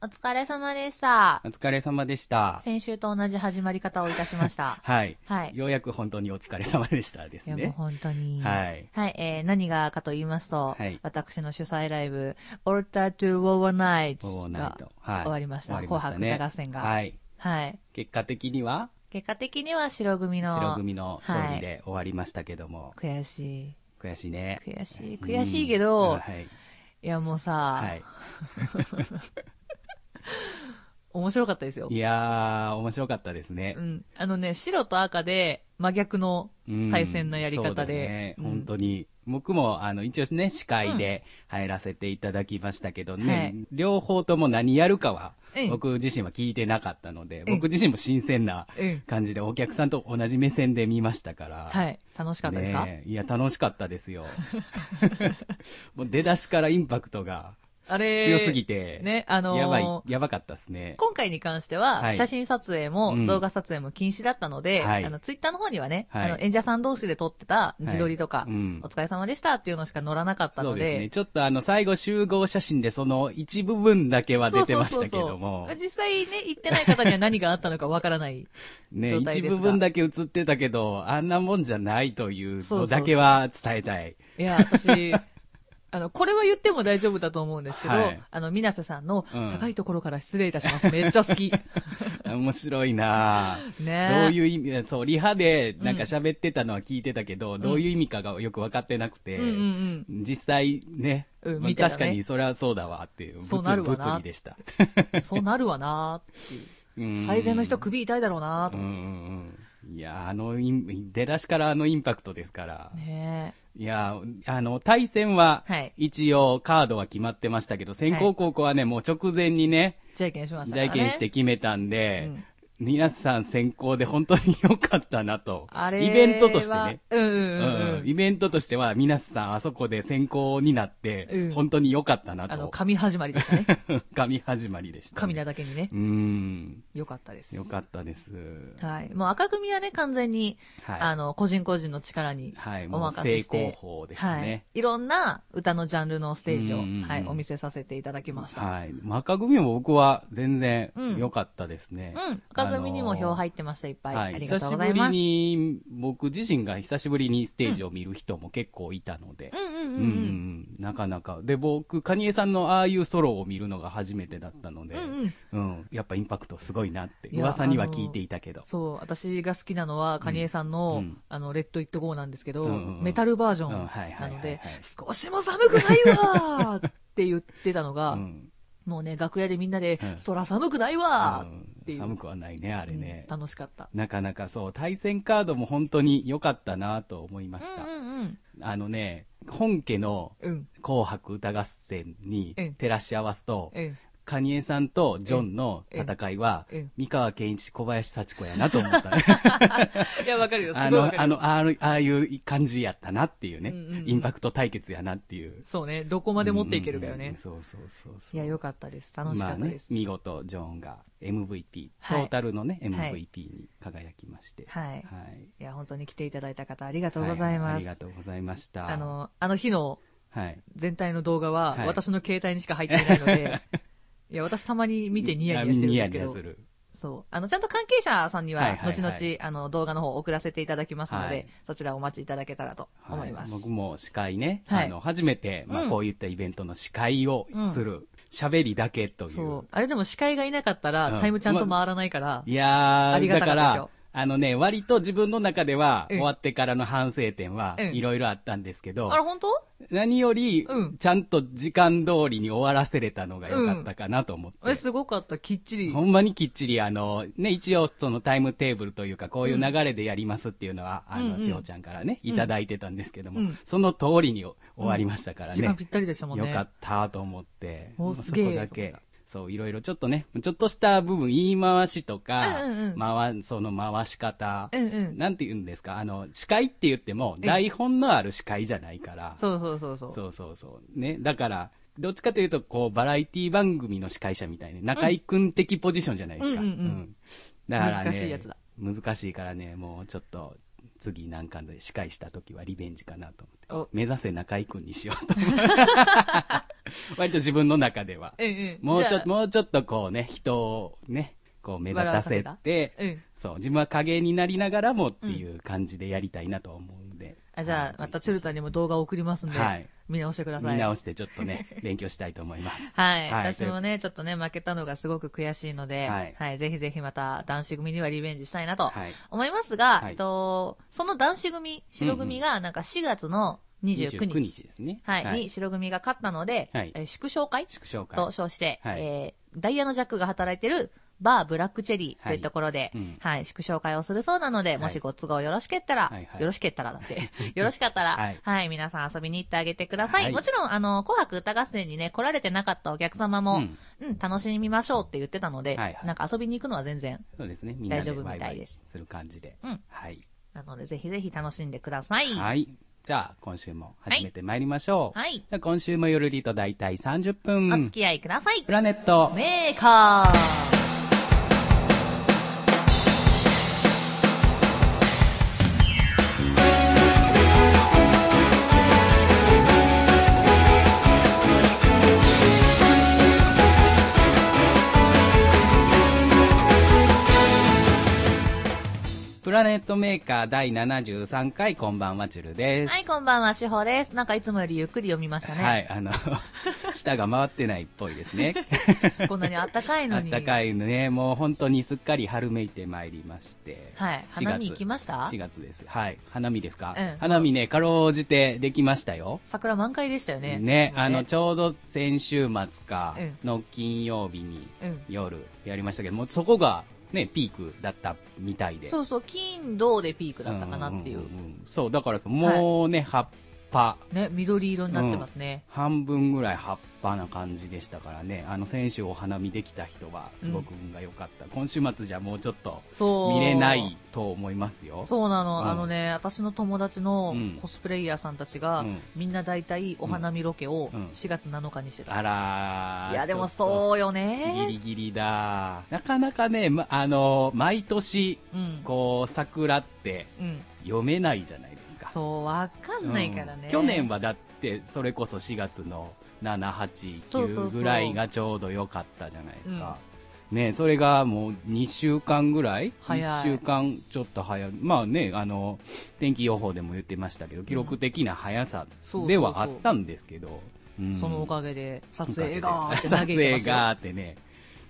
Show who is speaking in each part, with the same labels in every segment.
Speaker 1: お疲れ様でした。
Speaker 2: お疲れ様でした。
Speaker 1: 先週と同じ始まり方をいたしました。
Speaker 2: はい。
Speaker 1: はい。
Speaker 2: ようやく本当にお疲れ様でしたです
Speaker 1: いやもう
Speaker 2: ね。
Speaker 1: 本当に。
Speaker 2: はい。
Speaker 1: えー何がかと言いますと、
Speaker 2: はい
Speaker 1: 私の主催ライブ、オルタ・トゥ・ウォー・ナイ
Speaker 2: オー
Speaker 1: ツ
Speaker 2: ナ
Speaker 1: が
Speaker 2: イト。はい。
Speaker 1: 終わりました
Speaker 2: 終わね
Speaker 1: 紅白歌合戦が
Speaker 2: はい。
Speaker 1: はい。
Speaker 2: 結果的には、
Speaker 1: 結果的には白組の、
Speaker 2: 白組の勝利
Speaker 1: は
Speaker 2: で終わりましたけども、
Speaker 1: 悔し
Speaker 2: 悔しいね。
Speaker 1: い。悔しい。
Speaker 2: うん
Speaker 1: 悔しいけど、
Speaker 2: うんはい。
Speaker 1: いやもうさ、
Speaker 2: はい。
Speaker 1: 面白かったですよ
Speaker 2: い。やー、面白かったですね
Speaker 1: う。ん。あのね、白と赤で真逆の、
Speaker 2: うん
Speaker 1: 対戦のやり方で
Speaker 2: そうだね、
Speaker 1: うん
Speaker 2: 本当に。僕も、あの、一応ね、司会で入らせていただきましたけどね、
Speaker 1: はい
Speaker 2: 両方とも何やるかは
Speaker 1: うん、
Speaker 2: 僕自身は聞いてなかったので、
Speaker 1: うん
Speaker 2: 僕自身も新鮮な
Speaker 1: うん。
Speaker 2: 感じで、お客さんと同じ目線で見ましたから。
Speaker 1: はい。楽しかったですか、
Speaker 2: ねえいや、楽しかったですよ。 もう出だしからインパクトが
Speaker 1: あれ
Speaker 2: 強すぎて、
Speaker 1: ね、あのー
Speaker 2: やばい、やばかったですね。
Speaker 1: 今回に関しては、
Speaker 2: はい
Speaker 1: 写真撮影
Speaker 2: う
Speaker 1: も
Speaker 2: ん
Speaker 1: 動画撮影も禁止だったので、
Speaker 2: はい
Speaker 1: あの、ツイッターの方にはね、
Speaker 2: はい
Speaker 1: あの、演者さん同士で撮ってた自撮りとか、
Speaker 2: はいうん
Speaker 1: お疲れ様でしたっていうのしか載らなかった
Speaker 2: そ
Speaker 1: の
Speaker 2: う
Speaker 1: で、
Speaker 2: ですね。ちょっとあの、最後集合写真でその一部分だけは
Speaker 1: そうそ
Speaker 2: 出て
Speaker 1: う
Speaker 2: ま
Speaker 1: そ
Speaker 2: し
Speaker 1: う
Speaker 2: たけども。
Speaker 1: 実際ね、行ってない方には何があったのかわからない。
Speaker 2: ね、
Speaker 1: 状態
Speaker 2: 一
Speaker 1: ですが
Speaker 2: 部分だけ映ってたけど、あんなもんじゃないという
Speaker 1: そうそうそう
Speaker 2: のだけは伝えたい。
Speaker 1: いや、私、あの、これは言っても大丈夫だと思うんですけど、
Speaker 2: はい
Speaker 1: あの、水瀬さんの、
Speaker 2: うん
Speaker 1: 高いところから失礼いたします。めっちゃ好 き。
Speaker 2: 面白いなぁ
Speaker 1: ね
Speaker 2: どういう意味、そう、リハでなんか喋ってたのは聞いてたけど、どういう意味かがよく分かってなくて、
Speaker 1: うんうん
Speaker 2: 実際ね、
Speaker 1: うん
Speaker 2: まあ
Speaker 1: 見たらね
Speaker 2: 確かにそれはそうだわっていう、
Speaker 1: そう
Speaker 2: 物
Speaker 1: なるわな
Speaker 2: 物理でした。
Speaker 1: うん。そうなるわなーっていう。
Speaker 2: うん
Speaker 1: 最善の人首痛いだろうなー
Speaker 2: う
Speaker 1: と
Speaker 2: んう
Speaker 1: 思っ
Speaker 2: んうん。いや、あのイン、出だしからあのインパクトですから。
Speaker 1: て。ね
Speaker 2: いや、あの、対戦は
Speaker 1: はい、
Speaker 2: 一応カードは決まえましたけど、先行高校はね、もう直前にね、
Speaker 1: じゃあ意見しました
Speaker 2: じ
Speaker 1: か
Speaker 2: ゃ
Speaker 1: ら、
Speaker 2: い
Speaker 1: ね。
Speaker 2: けんして決めたんで、皆さん先行で本当に良かったなと。
Speaker 1: あれは
Speaker 2: イベントとしてね。。
Speaker 1: うんうん
Speaker 2: う
Speaker 1: うんん、うん。
Speaker 2: イベントとしては、皆さんあそこで先行になって、
Speaker 1: うん
Speaker 2: 本当に良かったな
Speaker 1: あの、
Speaker 2: と。
Speaker 1: 神始まりですね。
Speaker 2: 神始まりでした、
Speaker 1: 神なだけにね
Speaker 2: う。ーん。
Speaker 1: 良かったです
Speaker 2: 良。かったです。
Speaker 1: はい。もう赤組はね、完全に、
Speaker 2: はい
Speaker 1: あの、個人個人の力に
Speaker 2: はい、
Speaker 1: お
Speaker 2: もう
Speaker 1: 任
Speaker 2: 正
Speaker 1: せして。
Speaker 2: 攻法でした
Speaker 1: はい
Speaker 2: ね。。
Speaker 1: いろんな歌のジャンルのステージを、
Speaker 2: うんうんうん
Speaker 1: はい、お見せさせていただきました。
Speaker 2: はい。マカ組も僕は全然
Speaker 1: うん
Speaker 2: 良かったですね。
Speaker 1: うん。赤組にも票入
Speaker 2: っ
Speaker 1: ってました、いっぱい。
Speaker 2: はい、
Speaker 1: あり
Speaker 2: 久
Speaker 1: がとう
Speaker 2: し
Speaker 1: ご
Speaker 2: ぶ
Speaker 1: ざい
Speaker 2: り
Speaker 1: ます。
Speaker 2: に、僕自身が久しぶりにステージを見る人も結構いたので
Speaker 1: う、んうん
Speaker 2: う
Speaker 1: うんんう
Speaker 2: う
Speaker 1: んん。
Speaker 2: うんなかなか。で、僕、カニエさんのああいうソロを見るのが初めてだったので、
Speaker 1: うんうん
Speaker 2: うんやっぱインパクトすごいなって、
Speaker 1: いや
Speaker 2: 噂には聞いていたけど。
Speaker 1: そう、私が好きなのは、カニエさんの、
Speaker 2: うん
Speaker 1: あの、レッド・イット・ゴーなんですけど、
Speaker 2: うんうんうん
Speaker 1: メタルバージョ
Speaker 2: う
Speaker 1: ン
Speaker 2: んはいは
Speaker 1: ない
Speaker 2: はいはい
Speaker 1: ので、少しも寒くないわーって言ってたのが、
Speaker 2: うん
Speaker 1: もうね、楽屋でみんなで、
Speaker 2: うん
Speaker 1: そら寒くないわ
Speaker 2: う
Speaker 1: ー
Speaker 2: ん
Speaker 1: っていう、
Speaker 2: 寒くはないね、あれね。
Speaker 1: うん楽しかった。
Speaker 2: なかなかそう、対戦カードも本当に良かったなと思いました。
Speaker 1: うんうん
Speaker 2: あのね、本家の
Speaker 1: うん。うん。
Speaker 2: 紅白歌合戦に
Speaker 1: うん
Speaker 2: 照らし合わすと、
Speaker 1: うん。
Speaker 2: カニエさんとジョンの戦いは
Speaker 1: うん うん、
Speaker 2: 三河健一、小林幸子やなと 思ったね。
Speaker 1: いや、わかるよ。すご
Speaker 2: あ
Speaker 1: いわ
Speaker 2: の、
Speaker 1: か
Speaker 2: あ
Speaker 1: るよ。
Speaker 2: の、あのああいう感じやったなっていうね、
Speaker 1: うんうんうん
Speaker 2: インパクト対決やなっていう。
Speaker 1: そうね、どこまで持っていけるかよ
Speaker 2: うんうんう
Speaker 1: ね
Speaker 2: ん。そうそうそうそ
Speaker 1: い
Speaker 2: う。
Speaker 1: や、よかったです。楽しかった
Speaker 2: まあね
Speaker 1: で、す。
Speaker 2: 見事、ジョンが MVP、ト
Speaker 1: はい
Speaker 2: ータルのね、
Speaker 1: はい
Speaker 2: MVP に輝きまして。
Speaker 1: はい。
Speaker 2: はい
Speaker 1: いや、本当に来ていただいた方、ありがとうござい
Speaker 2: は
Speaker 1: ま
Speaker 2: あり
Speaker 1: す。
Speaker 2: がとうございました。
Speaker 1: あ、の、あの日の
Speaker 2: はい。
Speaker 1: 全体の動画は、
Speaker 2: はい
Speaker 1: 私の携帯にしか入ってないの で、いや、私たまに見てニヤニヤしてるんですけ
Speaker 2: ニヤニヤ
Speaker 1: ど
Speaker 2: す、る。
Speaker 1: そう。あの、ちゃんと関係者さんに
Speaker 2: はい
Speaker 1: は、
Speaker 2: はいはい
Speaker 1: 後々、あの、動画の方を送らせていただきますので、
Speaker 2: はい
Speaker 1: そちらお待ちいただけたらと思います。
Speaker 2: は僕も司会ね、
Speaker 1: はい
Speaker 2: あの、初めて、ま
Speaker 1: う
Speaker 2: あ、
Speaker 1: ん
Speaker 2: こういったイベントの司会をする、喋、りだけとい
Speaker 1: そうう。。あれでも司会がいなかったら、
Speaker 2: うん
Speaker 1: タイムちゃんと回らないから、
Speaker 2: いや
Speaker 1: あり
Speaker 2: ー、
Speaker 1: がた
Speaker 2: だ
Speaker 1: か
Speaker 2: か
Speaker 1: ったですよ
Speaker 2: ら、あのね、割と自分の中では、
Speaker 1: うん
Speaker 2: 終わってからの反省点は、
Speaker 1: うん
Speaker 2: いろいろあったんですけど、
Speaker 1: あれ本当
Speaker 2: 何より、
Speaker 1: うん
Speaker 2: ちゃんと時間通りに終わらせれたのが良かったかなと思って。
Speaker 1: え、すごかった。きっちり。
Speaker 2: ほんまにきっちり、あの、ね、一応、そのタイムテーブルというか、こういう流れでやりますっていうのは、あ
Speaker 1: うんうん
Speaker 2: の、しほちゃんからね、いただいてたんですけども、
Speaker 1: うん
Speaker 2: その通りにお終わりましたから
Speaker 1: 時
Speaker 2: ね。
Speaker 1: 間ぴったりでしたもんね。
Speaker 2: よかったと思って、
Speaker 1: お
Speaker 2: もう
Speaker 1: す
Speaker 2: そ
Speaker 1: げえ
Speaker 2: こだけ、そう、いろいろちょっとね、ちょっとした部分、言い回しとか、
Speaker 1: うんうんうん
Speaker 2: 回その回し方、
Speaker 1: うんうん。
Speaker 2: なんて言うんですか、あの、司会って言っても、
Speaker 1: ん
Speaker 2: 台本のある司会じゃないから、
Speaker 1: そうそうそうそう。
Speaker 2: そうそうそう。ね。だから、どっちかというと、こう、バラエティ番組の司会者みたいな、中井くん的ポジションじゃないですか。
Speaker 1: うんうんうん
Speaker 2: だからね、
Speaker 1: 難しいやつだ。
Speaker 2: 難しいからね、もうちょっと、次なんかで司会した時はリベンジかなと思っ
Speaker 1: お
Speaker 2: て。目指せ中井くんにしようと。 割と自分の中では。
Speaker 1: うんうん。
Speaker 2: もうち
Speaker 1: じ
Speaker 2: ょ
Speaker 1: ゃ
Speaker 2: っ
Speaker 1: あ
Speaker 2: と、もうちょっとこうね、人をね、こう目立たせ
Speaker 1: 笑わ
Speaker 2: て、
Speaker 1: うん。
Speaker 2: そう、自分は影になりながらもっていう感じでやりたいなと思うんで。
Speaker 1: あじゃあ、また鶴田にも動画を送りますんで、
Speaker 2: はい
Speaker 1: 見直してください。
Speaker 2: 見直してちょっとね、勉強したいと思い ます。
Speaker 1: はい。
Speaker 2: はい
Speaker 1: 私もね、ちょっとね、負けたのがすごく悔しいので、
Speaker 2: はい
Speaker 1: ぜひぜひまた男子組にはリベンジしたいなと
Speaker 2: はい
Speaker 1: 思いますが、
Speaker 2: はい
Speaker 1: えっと、その男子組、白組がなんか4月の29日、
Speaker 2: ですね。
Speaker 1: はい、に白組が勝ったので、
Speaker 2: はい
Speaker 1: えー祝勝会
Speaker 2: 祝勝会
Speaker 1: と。称して、
Speaker 2: はい
Speaker 1: えーダイヤのジャックが働いてるバーブラックチェリーというところで、
Speaker 2: はいうん
Speaker 1: はい、祝勝会をするそうなので、
Speaker 2: い
Speaker 1: もしご都合よろしけったら、
Speaker 2: はいはい
Speaker 1: よろしけったらだって、 よろしかったら、は
Speaker 2: はいい、
Speaker 1: 皆さん遊びに行ってあげてください。
Speaker 2: はい
Speaker 1: もちろん、あの、紅白歌合戦にね、来られてなかったお客様も、う
Speaker 2: うんん、
Speaker 1: 楽しみましょうって言ってたので、
Speaker 2: はいはい
Speaker 1: なんか遊びに行くのは全然、
Speaker 2: そうですね。みんな
Speaker 1: 大丈
Speaker 2: で
Speaker 1: 夫
Speaker 2: ワイ
Speaker 1: みた
Speaker 2: ワ
Speaker 1: い
Speaker 2: イ
Speaker 1: です
Speaker 2: する感じで。
Speaker 1: うん
Speaker 2: はい。
Speaker 1: なので、ぜひぜひ楽しんでください。。
Speaker 2: はいい。じゃあ、今週も始めてまいりましょう。
Speaker 1: はい。
Speaker 2: じゃあ今週も夜リと大体30
Speaker 1: お付
Speaker 2: 分。
Speaker 1: き合いください
Speaker 2: プ。ラネット。
Speaker 1: メーカー
Speaker 2: プラネットメーカー第73回、こんばんは、ちゅるです。
Speaker 1: はい、こんばんは、しほです。なんかいつもよりゆっくり読みましたね。
Speaker 2: はい、あの、 舌が回ってないっぽいですね。
Speaker 1: こんなにあったかい
Speaker 2: あ
Speaker 1: の
Speaker 2: っ
Speaker 1: に。
Speaker 2: たかいのね、もう本当にすっかり春めいてまいりまして。
Speaker 1: はい
Speaker 2: 4月
Speaker 1: 花見行きました
Speaker 2: ?4 月です。はい。花見ですか、
Speaker 1: うん
Speaker 2: 花見ね、かろうじてできましたよ。
Speaker 1: 桜満開でしたよね。
Speaker 2: ねあの、ちょうど先週末か
Speaker 1: うん
Speaker 2: の金曜日に
Speaker 1: うん
Speaker 2: 夜やりましたけど、もうそこがね、ピークだったみたいで。
Speaker 1: そうそう、金、銅でピークだったかなっていう。
Speaker 2: んんんんそう、だからもうね、葉っぱ、
Speaker 1: ね、緑色になってますね。
Speaker 2: 半分ぐらい葉っぱな感じでしたからね、あの、先週お花見できた人はすごく運が良かった。今週末じゃもうちょっと
Speaker 1: そう。
Speaker 2: 見れない。と思いますよ。
Speaker 1: そうなの、
Speaker 2: うん
Speaker 1: あのね、私の友達の
Speaker 2: うん
Speaker 1: コスプレイヤーさんたちが、
Speaker 2: うん
Speaker 1: みんな大体お花見ロケを
Speaker 2: うん
Speaker 1: 4月7日にしてた。
Speaker 2: あらー
Speaker 1: いや、でも
Speaker 2: ちょっ
Speaker 1: そうよ
Speaker 2: とギ
Speaker 1: ね。
Speaker 2: リギリだ。なかなかね、ま、あの、毎年、
Speaker 1: うん。
Speaker 2: こう、桜って
Speaker 1: うん。
Speaker 2: 読めないじゃないですか。
Speaker 1: そう、わかんないからね。
Speaker 2: うん去年はだって、それこそ4月の7、8、
Speaker 1: そうそうそう
Speaker 2: 9ぐらいがちょうど良かったじゃないですか。ねそれがもう2週間ぐらい
Speaker 1: 早い
Speaker 2: ?1 週間ちょっと早い。まあね、あの、天気予報でも言ってましたけど、記録的な速さではあったんですけど、うん
Speaker 1: そのおかげで、撮影が
Speaker 2: が
Speaker 1: ーって嘆い
Speaker 2: 撮
Speaker 1: てま
Speaker 2: 影
Speaker 1: したよ。
Speaker 2: がーってね。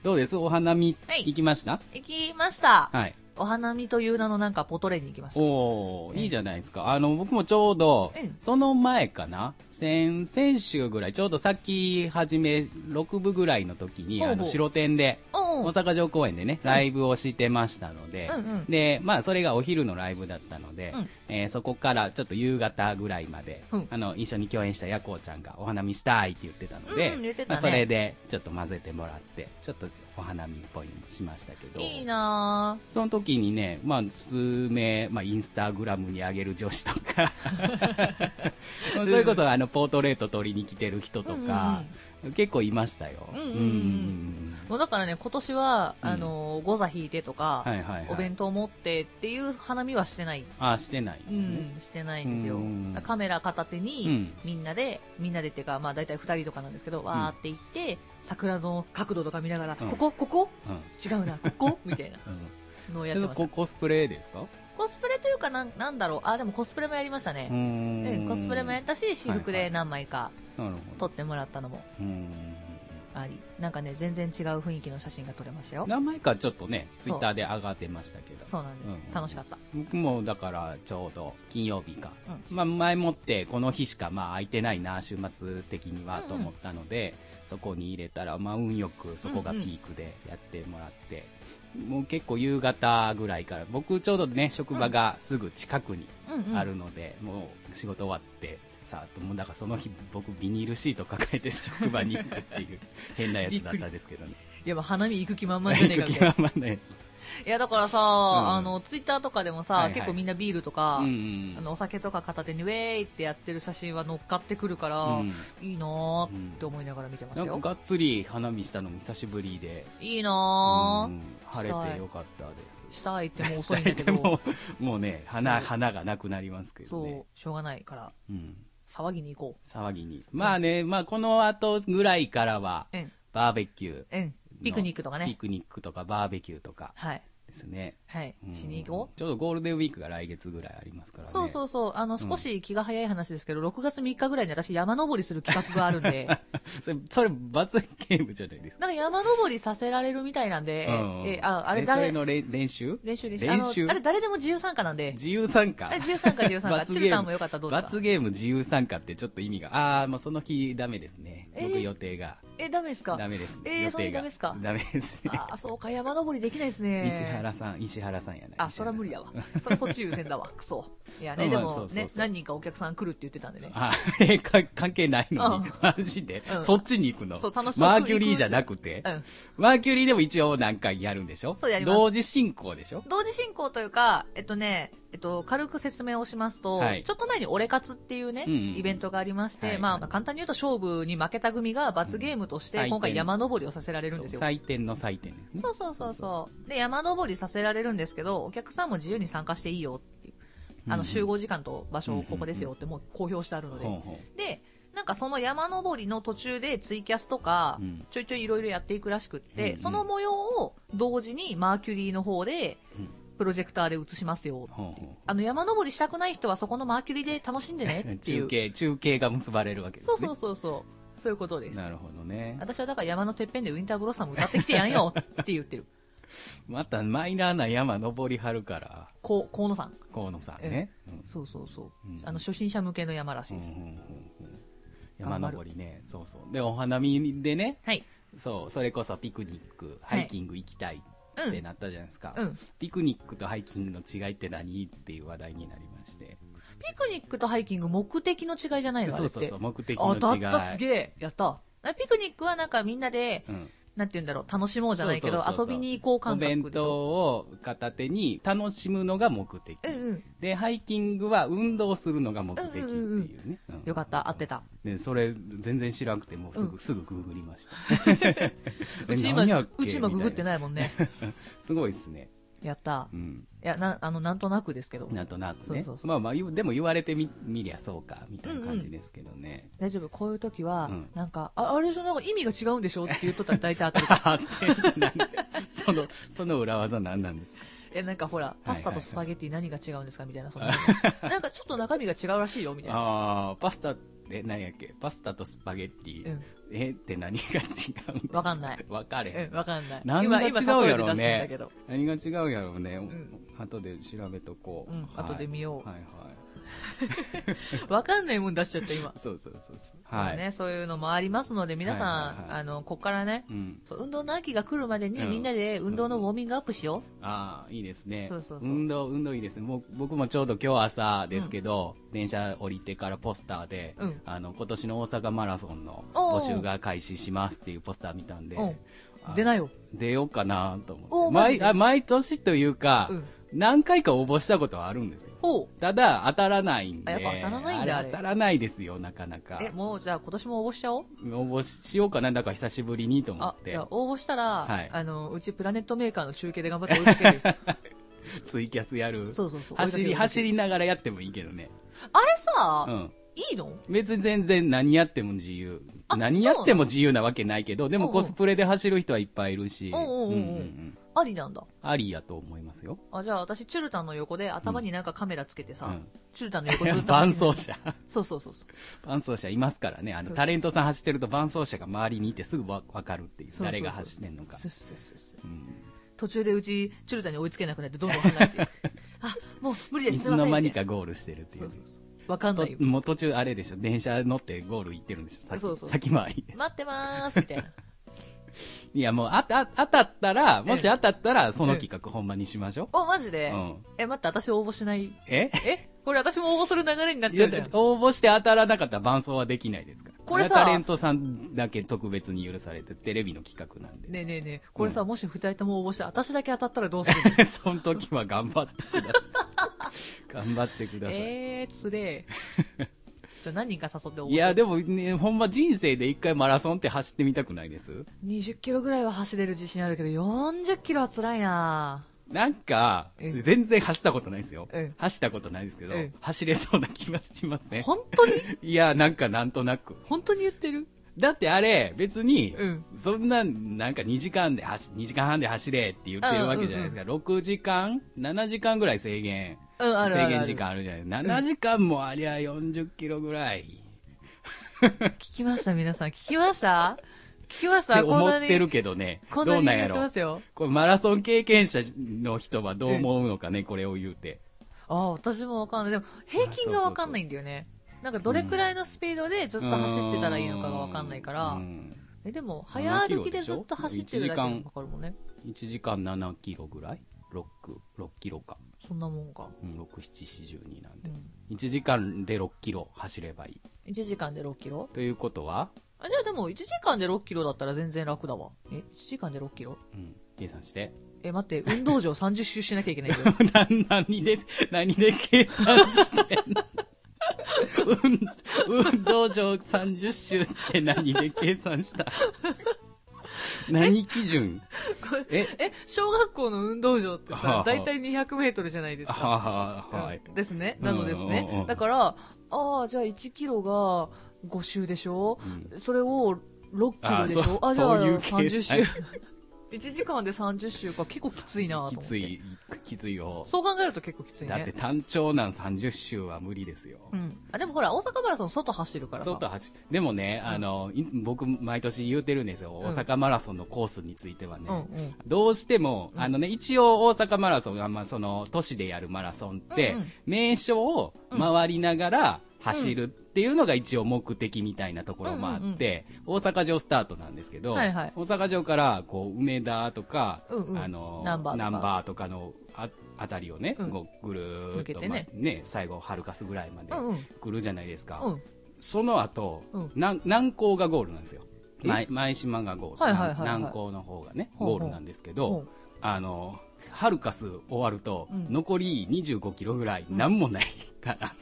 Speaker 2: どうですお花見
Speaker 1: はい
Speaker 2: 行きました
Speaker 1: 行きました。
Speaker 2: はい。
Speaker 1: お花見という名のなんかポトレに行きました。
Speaker 2: お
Speaker 1: ええ
Speaker 2: ー、いいじゃないですか。あの、僕もちょうど
Speaker 1: うん、
Speaker 2: その前かな先、先週ぐらい、ちょうどさっき始め、6部ぐらいの時に、
Speaker 1: ほうほう
Speaker 2: あの、白天で、
Speaker 1: おう
Speaker 2: 大阪城公園でね、ライブをしてましたので、
Speaker 1: うんうん
Speaker 2: で、まあ、それがお昼のライブだったので、
Speaker 1: うん
Speaker 2: えーそこからちょっと夕方ぐらいまで、
Speaker 1: うん
Speaker 2: あの、一緒に共演したヤコウちゃんがお花見したいって言ってたので、
Speaker 1: うん言ってたね
Speaker 2: まあ、それで、ちょっと混ぜてもらって、ちょっとお花見っぽいのしましたけど、
Speaker 1: いいな
Speaker 2: その時にね、まあ、数名、まあ、インスタグラムに上げる女子とか、 それこそ、あの、ポートレート撮りに来てる人とか、結構いましたよ。
Speaker 1: うんうんうん
Speaker 2: うんうん
Speaker 1: ぁもうだからね、今年は、
Speaker 2: うん
Speaker 1: あの、ゴザ引いてとか、
Speaker 2: はいはいはい。
Speaker 1: お弁当持ってっていう花見はしてない。
Speaker 2: あ、してない。
Speaker 1: うん、してないんですよ
Speaker 2: うん。
Speaker 1: カメラ片手
Speaker 2: う
Speaker 1: に
Speaker 2: ん、
Speaker 1: みんなで、みんなでっていうか、まあ大体二人とかなんですけど、わーって行って、桜の角度とか見ながら、
Speaker 2: うん
Speaker 1: ここここ
Speaker 2: うん。
Speaker 1: 違うな、こ こみたいな
Speaker 2: う
Speaker 1: のをやっ
Speaker 2: ん。
Speaker 1: て
Speaker 2: で
Speaker 1: まし
Speaker 2: コ
Speaker 1: た。
Speaker 2: コスプレですか
Speaker 1: コスプレというかなん、なんだろう。あ、でもコスプレもやりました
Speaker 2: う
Speaker 1: ね。うんん、コスプレもやったし、私服
Speaker 2: はいは
Speaker 1: で
Speaker 2: い
Speaker 1: 何枚か
Speaker 2: なるほ
Speaker 1: 撮
Speaker 2: ど。
Speaker 1: ってもらったのも
Speaker 2: うん。
Speaker 1: あり。なんかね、全然違う雰囲気の写真が撮れましたよ。
Speaker 2: 何枚かちょっとね、ツ
Speaker 1: そ
Speaker 2: イ
Speaker 1: う
Speaker 2: ッターで上がってましたけど。
Speaker 1: そうなんです。
Speaker 2: うん
Speaker 1: 楽しかった。
Speaker 2: 僕もだからちょうど金曜日か、まあ、前もってこの日しかまあ空いてないな週末的には
Speaker 1: うんうん
Speaker 2: と思ったので、そこに入れたら、まあ、運よくそこがピークでやってもらって、もう結構夕方ぐらいから僕ちょうどね職場がすぐ近くに
Speaker 1: うんうん。
Speaker 2: あるので、もう仕事終わってさあともうだからその日僕ビニールシート抱えて 職場に行くっていう変なやつだったんですけどね
Speaker 1: いや、まあ花見行く気満々じゃねえか
Speaker 2: 行く
Speaker 1: み
Speaker 2: 気
Speaker 1: たいな。
Speaker 2: はまんない
Speaker 1: いやだからさ、
Speaker 2: ん
Speaker 1: あのツイッターとかでもさ、
Speaker 2: はいはい
Speaker 1: 結構みんなビールとか、
Speaker 2: うん
Speaker 1: あのお酒とか片手にウェーイってやってる写真は乗っかってくるから、
Speaker 2: うん
Speaker 1: いいなーって思いながら見てまし
Speaker 2: な
Speaker 1: た
Speaker 2: ん
Speaker 1: よ
Speaker 2: か。がっつり花見したのも久しぶりで、
Speaker 1: いいうなー、
Speaker 2: ん、晴れてよかったです。
Speaker 1: したいってもう遅いん だけ
Speaker 2: で
Speaker 1: ど、
Speaker 2: ももうね花
Speaker 1: そう
Speaker 2: 花がなくなりますけどね
Speaker 1: そ、う、しょうがないから、
Speaker 2: うん、
Speaker 1: 騒ぎに行こ
Speaker 2: 騒ぎにまあね、まあ、この後ぐらいからは
Speaker 1: う。うん、
Speaker 2: バーベキューの
Speaker 1: うん、ピクニックとか
Speaker 2: ピ
Speaker 1: ね。
Speaker 2: クニックとかバーベキューとか
Speaker 1: はい、
Speaker 2: ですね、
Speaker 1: はい、
Speaker 2: うん
Speaker 1: しに行こう。
Speaker 2: ちょうどゴールデンウィークが来月ぐらいありますからね
Speaker 1: そうそううそう、あの、少し気が早い話ですけど、6月3日ぐらいに私山登りする企画があるんで、
Speaker 2: それそれ罰ゲームじゃないですか、
Speaker 1: なんか山登りさせられるみたいなんで、
Speaker 2: うん
Speaker 1: え、あ、あれ
Speaker 2: えそれ
Speaker 1: 誰、
Speaker 2: の練練習
Speaker 1: 練習で
Speaker 2: 練習
Speaker 1: あのあれ誰でも自由参加なんで、
Speaker 2: 自由参加
Speaker 1: あれ自由参加自由参加、
Speaker 2: 罰
Speaker 1: チ
Speaker 2: ゲーム
Speaker 1: ルタンもよかったらどうです
Speaker 2: 罰
Speaker 1: か
Speaker 2: ゲーム自由参加ってちょっと意味がああまあその日ダメですね
Speaker 1: えー
Speaker 2: 僕予定が
Speaker 1: え、ダメですか
Speaker 2: ダメです
Speaker 1: えー
Speaker 2: 予
Speaker 1: その
Speaker 2: 定
Speaker 1: 日
Speaker 2: が
Speaker 1: ダメですか
Speaker 2: ダメですね
Speaker 1: あー、そうか、山登りできないですね。
Speaker 2: 石原さん石原さんやない
Speaker 1: あ、そら無理だわ。そらそっち優先だわ。クソ。いや
Speaker 2: う
Speaker 1: ね、
Speaker 2: ん
Speaker 1: で
Speaker 2: そうそ
Speaker 1: も
Speaker 2: うそう
Speaker 1: ね、何人かお客さん来るって言ってたんでね。
Speaker 2: あ、えーか関係ないの
Speaker 1: う
Speaker 2: に
Speaker 1: ん。
Speaker 2: マジで、
Speaker 1: うん
Speaker 2: そっちに行くの
Speaker 1: そう楽しそう
Speaker 2: マーキュリーじゃなくて、
Speaker 1: うん。
Speaker 2: マーキュリーでも一応何回やるんでしょ
Speaker 1: そうやります
Speaker 2: 同時進行でしょ
Speaker 1: 同時進行というか、えっとね、えっと、軽く説明をしますと、
Speaker 2: はい
Speaker 1: ちょっと前にオレカツっていうね、
Speaker 2: うんうん
Speaker 1: イベントがありまして、
Speaker 2: はい
Speaker 1: まあ、まあ簡単に言うと勝負に負けた組が罰ゲームとし
Speaker 2: うん
Speaker 1: て、
Speaker 2: 採点
Speaker 1: 今回山登りをさせられるん
Speaker 2: そう
Speaker 1: ですよ。
Speaker 2: 採点の採点ですね。
Speaker 1: そうそうそうそう。で、山登りさせられるんですけど、お客さんも自由に参加していいよっていう。あ
Speaker 2: うんう
Speaker 1: の、
Speaker 2: ん
Speaker 1: 集合時間と場所をここですよってもう公表してあるので。
Speaker 2: ほんほ
Speaker 1: で、なんかその山登りの途中でツイキャスとか、
Speaker 2: うん
Speaker 1: ちょいちょいいろいろやっていくらしくって、
Speaker 2: うんうん
Speaker 1: その模様を同時にマーキュリーの方で
Speaker 2: うん、
Speaker 1: プロジェクターで映しますよ。
Speaker 2: んほんほ
Speaker 1: あの、山登りしたくない人はそこのマーキュリーで楽しんでね
Speaker 2: ん
Speaker 1: ってい
Speaker 2: 中
Speaker 1: う。
Speaker 2: 継、中継が結ばれるわけです
Speaker 1: そ
Speaker 2: ね。
Speaker 1: うそうそうそう。そういうことです。
Speaker 2: なるほどね。
Speaker 1: 私はだから山のてっぺんでウィンターブロッサム歌ってきてやんよって言ってる。
Speaker 2: またマイナーな山登りはるから、
Speaker 1: こう、河野さん。
Speaker 2: 河野さんね。うん
Speaker 1: そうそうそう。
Speaker 2: うん
Speaker 1: あの、初心者向けの山らしいです。
Speaker 2: うんうんうんうん山登りね、そうそう。で、お花見でね、
Speaker 1: はい。
Speaker 2: そう、それこそピクニック、
Speaker 1: は
Speaker 2: ハ
Speaker 1: い
Speaker 2: イキング行きたいってなったじゃないですか。
Speaker 1: うん。
Speaker 2: ピクニックとハイキングの違いって何っていう話題になりまして。
Speaker 1: ピクニックとハイキング目的の違いじゃないのあ
Speaker 2: そ
Speaker 1: れ
Speaker 2: う
Speaker 1: って
Speaker 2: そうそう、目的の
Speaker 1: あ
Speaker 2: 違い。
Speaker 1: 当たったすげえやったあピクニックはなんかみんなで、
Speaker 2: うん、
Speaker 1: なんて言うんだろう、楽しもうじゃないけど
Speaker 2: そう、そうそうそう
Speaker 1: 遊びに行こう
Speaker 2: お
Speaker 1: 感
Speaker 2: 弁
Speaker 1: 覚でし
Speaker 2: 当
Speaker 1: ょ。
Speaker 2: を片手に楽しむのが目的、
Speaker 1: うんうん。
Speaker 2: でハイキングは運動するのが目的っていうね、うん
Speaker 1: よかった、合ってた。
Speaker 2: ねそれ全然知らなくてもうすぐ、
Speaker 1: う
Speaker 2: すぐグーグりました
Speaker 1: うち
Speaker 2: え
Speaker 1: 今、
Speaker 2: 何やっけ
Speaker 1: うち今ググって
Speaker 2: み
Speaker 1: ないもんね。
Speaker 2: たいなすごいですね、
Speaker 1: やった
Speaker 2: う。ん、
Speaker 1: いや、な、あの、なんとなくですけど。
Speaker 2: なんとなくね
Speaker 1: そうそうそう
Speaker 2: まあまあ言うでも言われてみ見りゃそうかみたいな感じですけどね、
Speaker 1: 大丈夫、こういう時は
Speaker 2: うん、
Speaker 1: なんか、あ、あれでしょ、なんか意味が違うんでしょって言っとったら大体合ってる
Speaker 2: あ ってなんでそのその裏技何なんですか
Speaker 1: え、なんかほら、パスタとスパゲッティ何が違うんですかみたい な、そんな。なんかちょっと中身が違うらしいよ、みたいな。
Speaker 2: ああパスタって何やっけパスタとスパゲッティ、
Speaker 1: うん
Speaker 2: えって何が違うんです
Speaker 1: わかんない
Speaker 2: わかれへん
Speaker 1: うん、わかんない。
Speaker 2: 何が違うやろう
Speaker 1: 今今例えで出した
Speaker 2: ね
Speaker 1: んだけど。
Speaker 2: 何が違うやろうね、
Speaker 1: ん
Speaker 2: 後で調べとこう、
Speaker 1: うん後で見よう
Speaker 2: はいはいはい
Speaker 1: わかんないもん出しちゃった、 今。
Speaker 2: そうそうそうそうはい、
Speaker 1: ね、そういうのもありますので、皆さん、
Speaker 2: はいはいはい
Speaker 1: あの、こっからね、
Speaker 2: うん、
Speaker 1: そう運動の秋が来るまでに、
Speaker 2: うん
Speaker 1: みんなで運動のウォーミングアップしよ
Speaker 2: ああいいですね
Speaker 1: そうそうそう
Speaker 2: 運動運動いいですねもう僕もちょうど今日朝ですけど、電車降りてからポスターで、
Speaker 1: うん
Speaker 2: あの今年の大阪マラソンの
Speaker 1: おう
Speaker 2: 募集が開始しますっていうポスター見たんで
Speaker 1: おう
Speaker 2: あ
Speaker 1: う。出ないよ。
Speaker 2: 出ようかなと思っ
Speaker 1: お
Speaker 2: て
Speaker 1: うマジ
Speaker 2: 毎
Speaker 1: で
Speaker 2: あ毎年というか、
Speaker 1: うん
Speaker 2: 何回か応募したことはあるんですよ
Speaker 1: ほう。
Speaker 2: ただ当たらないんで
Speaker 1: あやっぱ当たらないんだあれ
Speaker 2: 当たらないですよなかなか
Speaker 1: え、もう、じゃあ今年も応募しちゃおう
Speaker 2: 応募しようかな、だから久しぶりにと思
Speaker 1: あ
Speaker 2: っ、
Speaker 1: じ
Speaker 2: て
Speaker 1: ゃあ、応募したら、
Speaker 2: はい
Speaker 1: あの、うちプラネットメーカーの中継で頑張って追いかけ る。
Speaker 2: ツイキャスやる。
Speaker 1: そうそうそう。
Speaker 2: 走り、走
Speaker 1: り。
Speaker 2: りながらやってもいいけどね。
Speaker 1: あれさ、
Speaker 2: うん。
Speaker 1: いいの
Speaker 2: 別に全然何やっても自由。
Speaker 1: あ
Speaker 2: 何やっても自由なわけないけど、でも
Speaker 1: うんうん
Speaker 2: コスプレで走る人はいっぱいいるし、
Speaker 1: うんうんうんうんありなんだ。
Speaker 2: ありやと思いますよ。
Speaker 1: あ、じゃあ私、チュルタンの横で頭になんかカメラつけてさ、
Speaker 2: うん
Speaker 1: チュルタンの横ずっと
Speaker 2: 伴
Speaker 1: 走る。
Speaker 2: 走者。
Speaker 1: そうそうそうそう。
Speaker 2: 伴走者いますからね。あ
Speaker 1: そ
Speaker 2: の、
Speaker 1: う
Speaker 2: タレントさん走ってると伴走者が周りにいてすぐわわかるっていう。
Speaker 1: そうそうそう
Speaker 2: 誰が走ってんのか。
Speaker 1: すっすっすっす
Speaker 2: うん
Speaker 1: 途中でうち、チュルタンに追いつけなくなってどんどん離れ ていく。あ、もう無理で
Speaker 2: い
Speaker 1: す。す
Speaker 2: つ
Speaker 1: いませ
Speaker 2: の
Speaker 1: ん。
Speaker 2: 間に
Speaker 1: みたい
Speaker 2: かゴールしてるってい
Speaker 1: な。そうう。そうそう。わかんないよ
Speaker 2: と。もう途中あれでしょ。電車乗ってゴール行ってるんでしょ。先
Speaker 1: そうそう
Speaker 2: 先回りで。
Speaker 1: 待ってまーす、みたいな。
Speaker 2: いや、もう、あた、当たったら、もし
Speaker 1: ええ
Speaker 2: 当たったら、その企画ほんまにしましょ
Speaker 1: お、マジ
Speaker 2: う。う
Speaker 1: で、
Speaker 2: ん。
Speaker 1: え、待って、私応募しない。
Speaker 2: え
Speaker 1: えこれ私も応募する流れになっ
Speaker 2: い
Speaker 1: ちゃ
Speaker 2: や
Speaker 1: うじゃん。
Speaker 2: 応募して当たらなかったら伴奏はできないですから。
Speaker 1: これ
Speaker 2: タ
Speaker 1: さ、
Speaker 2: レン
Speaker 1: ね
Speaker 2: トさんだけ特別に許されて、テレビの企画 なんで。
Speaker 1: えねえねえ、これさ、
Speaker 2: う
Speaker 1: もし二人とも応募して、私だけ当たったらどうする
Speaker 2: その時は頑張ってくださ い。頑張ってください。
Speaker 1: えー、つれ え。じゃあ何人か誘って応募
Speaker 2: いや、
Speaker 1: で
Speaker 2: でもね、ほんま人生で一回マラソンって走ってみたくないです
Speaker 1: 20キロぐらいは走れる自信あるけど、40キロは辛いな
Speaker 2: なんか、
Speaker 1: うん
Speaker 2: 全然走ったことないですよ
Speaker 1: うん。
Speaker 2: 走ったことないですけど
Speaker 1: うん、
Speaker 2: 走れそうな気がしますね。
Speaker 1: 本当に
Speaker 2: いや、なんかなんとなく。
Speaker 1: 本当に言ってる
Speaker 2: だってあれ、別に
Speaker 1: うん、
Speaker 2: そんな、なんか2時間で走、2時間半で走れって言ってるわけじゃないですか。6時間 ?7 時間ぐらい制限。
Speaker 1: うん、あるあるあ
Speaker 2: 制
Speaker 1: る
Speaker 2: 限時間あるじゃないですか。7時間もありゃ40キロぐらい。
Speaker 1: 聞きました、皆さん。聞きました聞きまし
Speaker 2: って
Speaker 1: たこん
Speaker 2: 思
Speaker 1: な
Speaker 2: ってる
Speaker 1: に、
Speaker 2: けどね。
Speaker 1: こん
Speaker 2: ど
Speaker 1: な
Speaker 2: う
Speaker 1: に
Speaker 2: なんや
Speaker 1: 言って
Speaker 2: ろ
Speaker 1: ま。すよ。
Speaker 2: これマラソン経験者の人はどう思うのかね、これを言うて。
Speaker 1: ああ、私もわかんない。でも、平均がわかんないんだよね。なんかどれくらいのスピードでずっと走ってたらいいのかがわかんないから、
Speaker 2: うん
Speaker 1: えでも早歩きでずっと走ってるだけで
Speaker 2: 1時間
Speaker 1: わかるもんね
Speaker 2: 1時間7キロぐらい ?6、6キロか。
Speaker 1: そんなもんか、
Speaker 2: うん、6、7、42なん
Speaker 1: う
Speaker 2: で。
Speaker 1: ん、
Speaker 2: 1時間で6キロ走ればいい。
Speaker 1: 1時間で6キロ
Speaker 2: ということは、
Speaker 1: あじゃあでも1時間で6キロだったら全然楽だわえ1時間で6キロ
Speaker 2: うん、計算して。
Speaker 1: え待って運動場30周しなきゃいけ ないよ
Speaker 2: な、何で、何で計算してんの 運運動場30周って何で計 算した何基準
Speaker 1: これ
Speaker 2: え
Speaker 1: え小学校の運動場って
Speaker 2: はあは
Speaker 1: さ
Speaker 2: あ
Speaker 1: 大体2 0 0ルじゃないですか、
Speaker 2: はあはあはい。
Speaker 1: うんですねなのですね、
Speaker 2: うんうんうん
Speaker 1: だからああじゃあ1キロが5周でしょ
Speaker 2: うん
Speaker 1: それを6キロでし
Speaker 2: あそう
Speaker 1: ょあじゃあ
Speaker 2: そういう計算
Speaker 1: 30周1時間で30周か結構きついなと思って
Speaker 2: きつい、きついよ。
Speaker 1: そう考えると結構きついね。
Speaker 2: だって単調なん30周は無理ですよ。
Speaker 1: うん。あ、でもほら、大阪マラソン外走るからさ。
Speaker 2: 外走でもね、あの、い僕、毎年言うてるんですよ。
Speaker 1: ん
Speaker 2: 大阪マラソンのコースについてはね。
Speaker 1: うんうん。
Speaker 2: どうしても、
Speaker 1: うん
Speaker 2: あのね、一応大阪マラソンが、まあ、その、都市でやるマラソンって、
Speaker 1: うんうん
Speaker 2: 名所を回りながら走るっていうのが一応目的みたいなところもあって、大阪城スタートなんですけど、
Speaker 1: はいはい
Speaker 2: 大阪城から、こう、梅田とか、
Speaker 1: うんうん
Speaker 2: あの、
Speaker 1: ナンバーとか
Speaker 2: とかのあ、あたりをね、
Speaker 1: うん
Speaker 2: こうぐるーっ
Speaker 1: 抜け
Speaker 2: と、
Speaker 1: て
Speaker 2: まあ
Speaker 1: ね
Speaker 2: ね最後、ハルカスぐらいまで
Speaker 1: うんうん。
Speaker 2: 来るじゃないですか。
Speaker 1: うん。
Speaker 2: その後、
Speaker 1: うん
Speaker 2: なん南港がゴールなんですよ。
Speaker 1: え
Speaker 2: 前前島がゴール、
Speaker 1: はいはいはいはい
Speaker 2: 南南港の方がね、
Speaker 1: ほうほ
Speaker 2: ゴ
Speaker 1: う
Speaker 2: ールなんですけ
Speaker 1: ほ
Speaker 2: ど
Speaker 1: う、
Speaker 2: あの、ハルカス終わると、
Speaker 1: うん
Speaker 2: 残り25キロぐらい、なんもない から、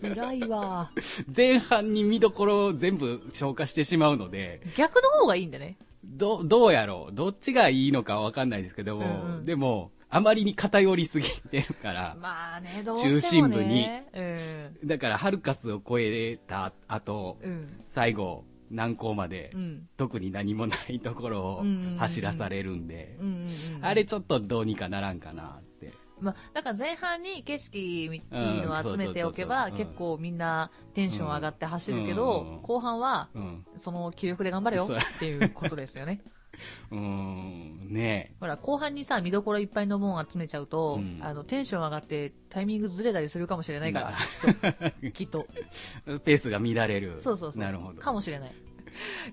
Speaker 1: 辛いわ。
Speaker 2: 前半に見どころを全部消化してしまうので、
Speaker 1: 逆の方がいいんだね。
Speaker 2: ど、どうやろうどっちがいいのかわかんないですけども、
Speaker 1: うんうん
Speaker 2: でも、あまりに偏りすぎてるから、
Speaker 1: まあね、どうしてもね。中心
Speaker 2: だからハルカスを越えた後、
Speaker 1: 部に。うん。
Speaker 2: 最後、南港まで、
Speaker 1: うん。
Speaker 2: 特に何もないところを
Speaker 1: うんうんうん
Speaker 2: 走らされるんで
Speaker 1: うん。う、んうんうん。
Speaker 2: あれちょっとどうにかならんかなって。
Speaker 1: まあ、だから前半に景色いいのを集めておけ
Speaker 2: う
Speaker 1: ば、
Speaker 2: んそうそうそうそう
Speaker 1: 結構みんなテンション上がって走るけど、
Speaker 2: うん
Speaker 1: 後半は、
Speaker 2: うん。
Speaker 1: その気力で頑張れよ
Speaker 2: そう
Speaker 1: っていうことですよね。
Speaker 2: うーん、ね
Speaker 1: ほら、後半にさ、見どころいっぱいのもん集めちゃうと、
Speaker 2: うん
Speaker 1: あの、テンション上がってタイミングずれたりするかもしれないから、きっ と。
Speaker 2: え。ペースが乱れる。
Speaker 1: そうそうそう。
Speaker 2: なるほど。
Speaker 1: かもしれない。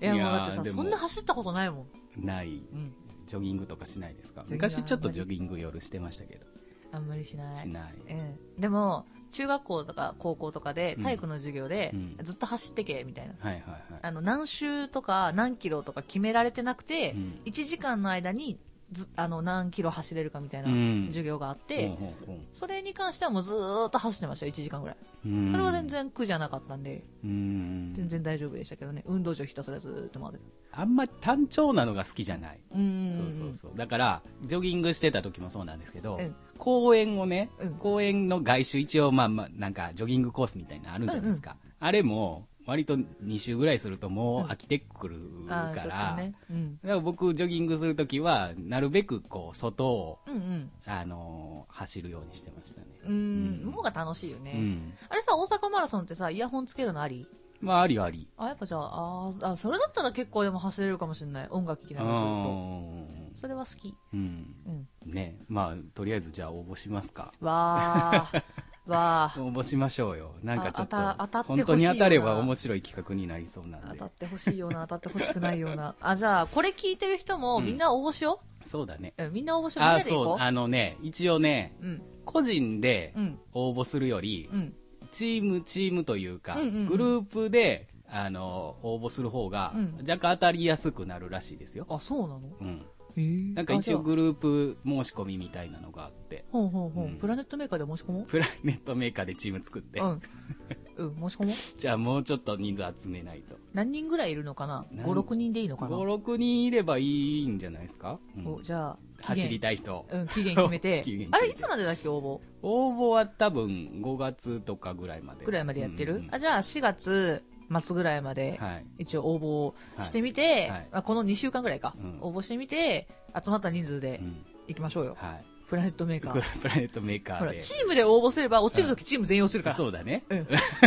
Speaker 1: いや、
Speaker 2: いや
Speaker 1: もう
Speaker 2: ー
Speaker 1: だってさ、
Speaker 2: でも
Speaker 1: そんな走ったことないもん。
Speaker 2: ない。
Speaker 1: うん。
Speaker 2: ジョギングとかしないですか
Speaker 1: ジョギングは
Speaker 2: 昔ちょっとジョギング夜してましたけど。
Speaker 1: あんまりしない。
Speaker 2: しない。
Speaker 1: うん。でも、中学校とか高校とかで
Speaker 2: う、ん
Speaker 1: 体育の授業で、
Speaker 2: うん
Speaker 1: ずっと走ってけ、みたいな。
Speaker 2: はいはいはい。
Speaker 1: あの、何周とか何キロとか決められてなくて、
Speaker 2: うん
Speaker 1: 1時間の間に、ずあの、何キロ走れるかみたいな
Speaker 2: うん
Speaker 1: 授業があって、
Speaker 2: ほうほうほ
Speaker 1: それに関してはもうずーっと走ってましたよ、1時間ぐらい。
Speaker 2: ううん
Speaker 1: それは全。然苦じゃなかったんで、
Speaker 2: うん
Speaker 1: 全然大丈夫でしたけどね。運動場ひたすらずーっと回ってた。
Speaker 2: あんまり単調なのが好きじゃない。
Speaker 1: うん。
Speaker 2: そうそうそう。だから、ジョギングしてた時もそうなんですけど、
Speaker 1: うん
Speaker 2: 公園をね、
Speaker 1: うん
Speaker 2: 公園の外周一応、まあまあ、なんか、ジョギングコースみたいなのあるじゃないですか。あれも、割と2周ぐらいするともう飽きてくる
Speaker 1: あ
Speaker 2: か
Speaker 1: ーちょっ
Speaker 2: ら、
Speaker 1: とね。うん。
Speaker 2: だから僕、ジョギングするときは、なるべく、こう、外を、
Speaker 1: うんうん。
Speaker 2: あのー走るようにしてましたね。
Speaker 1: うん、
Speaker 2: うん
Speaker 1: の方が楽しいよね、
Speaker 2: うん。
Speaker 1: あれさ、大阪マラソンってさ、イヤホンつけるのあり
Speaker 2: まあ、ありあり。
Speaker 1: あ、やっぱじゃあ、あーあ、それだったら結構でも走れるかもしれない。音楽聴きながらすると。それは好き。
Speaker 2: うん。
Speaker 1: うん。
Speaker 2: ね。まあ、とりあえず、じゃあ、応募しますか。
Speaker 1: わー。 わ ー。
Speaker 2: 応募しましょうよ。なんかちょっと
Speaker 1: あ当た当たっ、てほしい
Speaker 2: 本
Speaker 1: よな
Speaker 2: 当に当たれば面白い企画になりそうなん
Speaker 1: 当
Speaker 2: で
Speaker 1: た。ってほしいような、当たってほしくないような。あ、じゃあ、これ聞いてる人も、
Speaker 2: うん
Speaker 1: みんな応募しよ
Speaker 2: そうだね。
Speaker 1: う。うん、みんな応募しよう。みん
Speaker 2: あ、
Speaker 1: なで行
Speaker 2: そう
Speaker 1: こ、
Speaker 2: あのね、一応ね、
Speaker 1: う。うん、
Speaker 2: 個人で
Speaker 1: うん、
Speaker 2: 応募するより
Speaker 1: う、ん。
Speaker 2: チーム、チームというか、
Speaker 1: うんうんうん
Speaker 2: グループであの、応募する方が
Speaker 1: うん、
Speaker 2: 若干当たりやすくなるらしいですよ。
Speaker 1: あ、そうなの
Speaker 2: うん。
Speaker 1: へえ。
Speaker 2: なんか一
Speaker 1: あ
Speaker 2: 応
Speaker 1: じゃあ
Speaker 2: グループ申し込みみたいなのがあって、
Speaker 1: ほうほうほう、
Speaker 2: うん
Speaker 1: プラネットメーカーで申し込もう
Speaker 2: プラネットメーカーでチーム作って、
Speaker 1: うん。うん、申し込もう
Speaker 2: じゃあもうちょっと人数集めないと。
Speaker 1: 何人ぐらいいるのかな
Speaker 2: 何
Speaker 1: ?5、6人でいいのかな、
Speaker 2: 5、6人いればいいんじゃないですか、うん
Speaker 1: おじゃあ、期限
Speaker 2: 走りたい人。
Speaker 1: うん、期限決めて
Speaker 2: 期限決め。て
Speaker 1: あれ、いつまでだっけ、応
Speaker 2: 応募は多分5月とかぐらいまで。
Speaker 1: 募ぐらいまでやってる、
Speaker 2: うんうん
Speaker 1: あ、じゃあ、4月末ぐらいまで、
Speaker 2: はい。
Speaker 1: 一応応募してみて、
Speaker 2: はいはい
Speaker 1: まあ、この2週間ぐらいか、
Speaker 2: うん
Speaker 1: 応募してみて、集まった人数で
Speaker 2: うん
Speaker 1: 行きましょうよ。
Speaker 2: はい。
Speaker 1: プラネットメーカー。
Speaker 2: プラネットメーカ
Speaker 1: ほ
Speaker 2: ー
Speaker 1: ら、
Speaker 2: で。
Speaker 1: チームで応募すれば、落ちるときチーム全員落ちるから。
Speaker 2: そうだね。
Speaker 1: うん